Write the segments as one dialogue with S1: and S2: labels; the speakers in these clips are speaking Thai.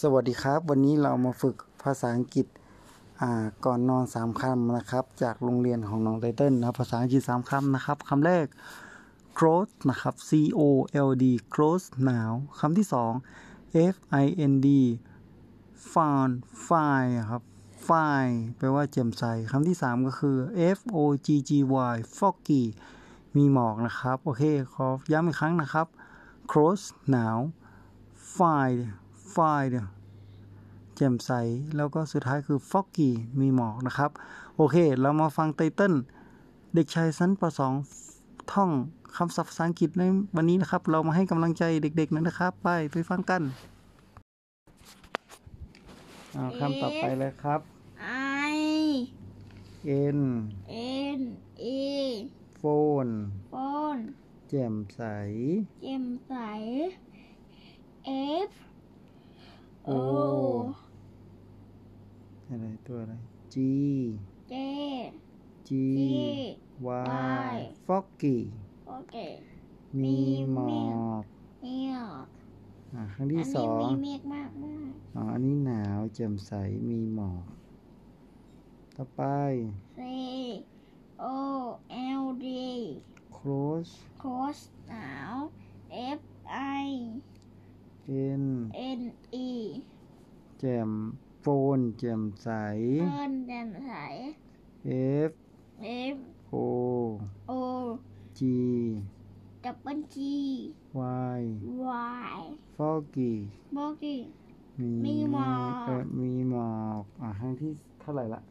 S1: สวัสดีครับ วันนี้เรามาฝึกภาษาอังกฤษอ่าก่อนนอนสามคำนะครับ จากโรงเรียนของน้องไตเติ้ลนะครับภาษาอังกฤษสามคำนะครับคำแรก close นะครับ c o l d close หนาวคำที่สอง f i n d found find ครับ find แปลว่าแจ่มใสคำที่สามก็คือ f o g g y foggy มีหมอกนะครับ โอเค ขอย้ำอีกครั้งนะครับ close หนาว find find แจ่มใส แล้วก็สุดท้ายคือ foggy มีหมอกนะครับ โอเค เรามาฟังไตเติ้ลเด็กชายชั้นป .2 ท่องคำศัพท์ภาษาอังกฤษในวันนี้นะครับ เรามาให้กำลังใจเด็กๆนะครับ ไปไปฟังกันอ่าคำต่อไปเลยครับ
S2: I
S1: n
S2: N E
S1: phone
S2: ปอน
S1: แจ่มใส
S2: เจมใส F
S1: O
S2: O
S1: อะไรตัวอะไร G
S2: J
S1: G
S2: T
S1: Y
S2: Y
S1: foggy
S2: โอเค
S1: มีหมอ
S2: มีหม
S1: ก
S2: อก นี่ย
S1: อ่าครั้ง
S2: อัน
S1: ที่สอง
S2: นี้มีเมฆมากมาก
S1: อ๋อ อันนี้หนาวแจ่มใส มีหมอก ต่อไป
S2: ๆ C O L D
S1: close
S2: Cross หนาว F I
S1: in
S2: N E
S1: แจ่มโฟนแจ่มใส
S2: เพิ่นแจ่มใส
S1: f
S2: F
S1: o
S2: O
S1: g
S2: double G
S1: y
S2: Y
S1: foggy
S2: โบกี้ มี
S1: มี
S2: หมอก
S1: เมีหมอก อ่ะครั้งที่เท่าไหร่ละ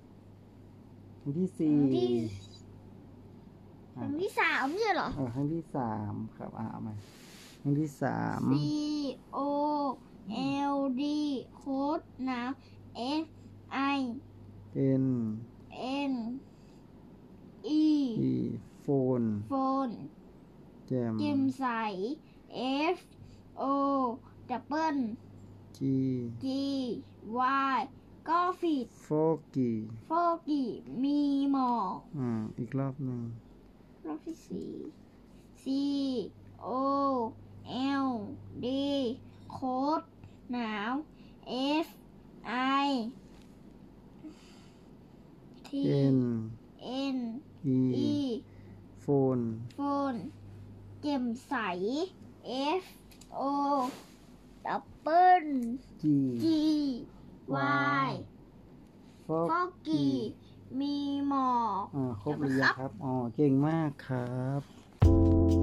S1: ครั้งที่สี่
S2: ที่
S1: อ่ะ
S2: อันที่สามเนี่ยเหรอ
S1: เออครั้งที่สามครับ อ่ะเอาใหม่ครั้งที่สาม
S2: C O L D โค้ดหนาว F I
S1: n
S2: N E
S1: e phone
S2: โฟน
S1: แจ่ม
S2: เกมใส F O ดับเบิล
S1: g
S2: G Y ก็ฟีด
S1: foggy
S2: โฟกีมีหมอก
S1: อ่า อีกรอบหนึ่ง
S2: รอบที่สี่ C O L D โค้ดหนาว F I T
S1: n
S2: N
S1: e
S2: E
S1: phone
S2: โฟนเจ่มใส F O ดับเบิล
S1: g
S2: G Y ฟอกกี้ มีหมอก
S1: อ่า ครบหรือยังครับ อ๋อ เก่งมากครับ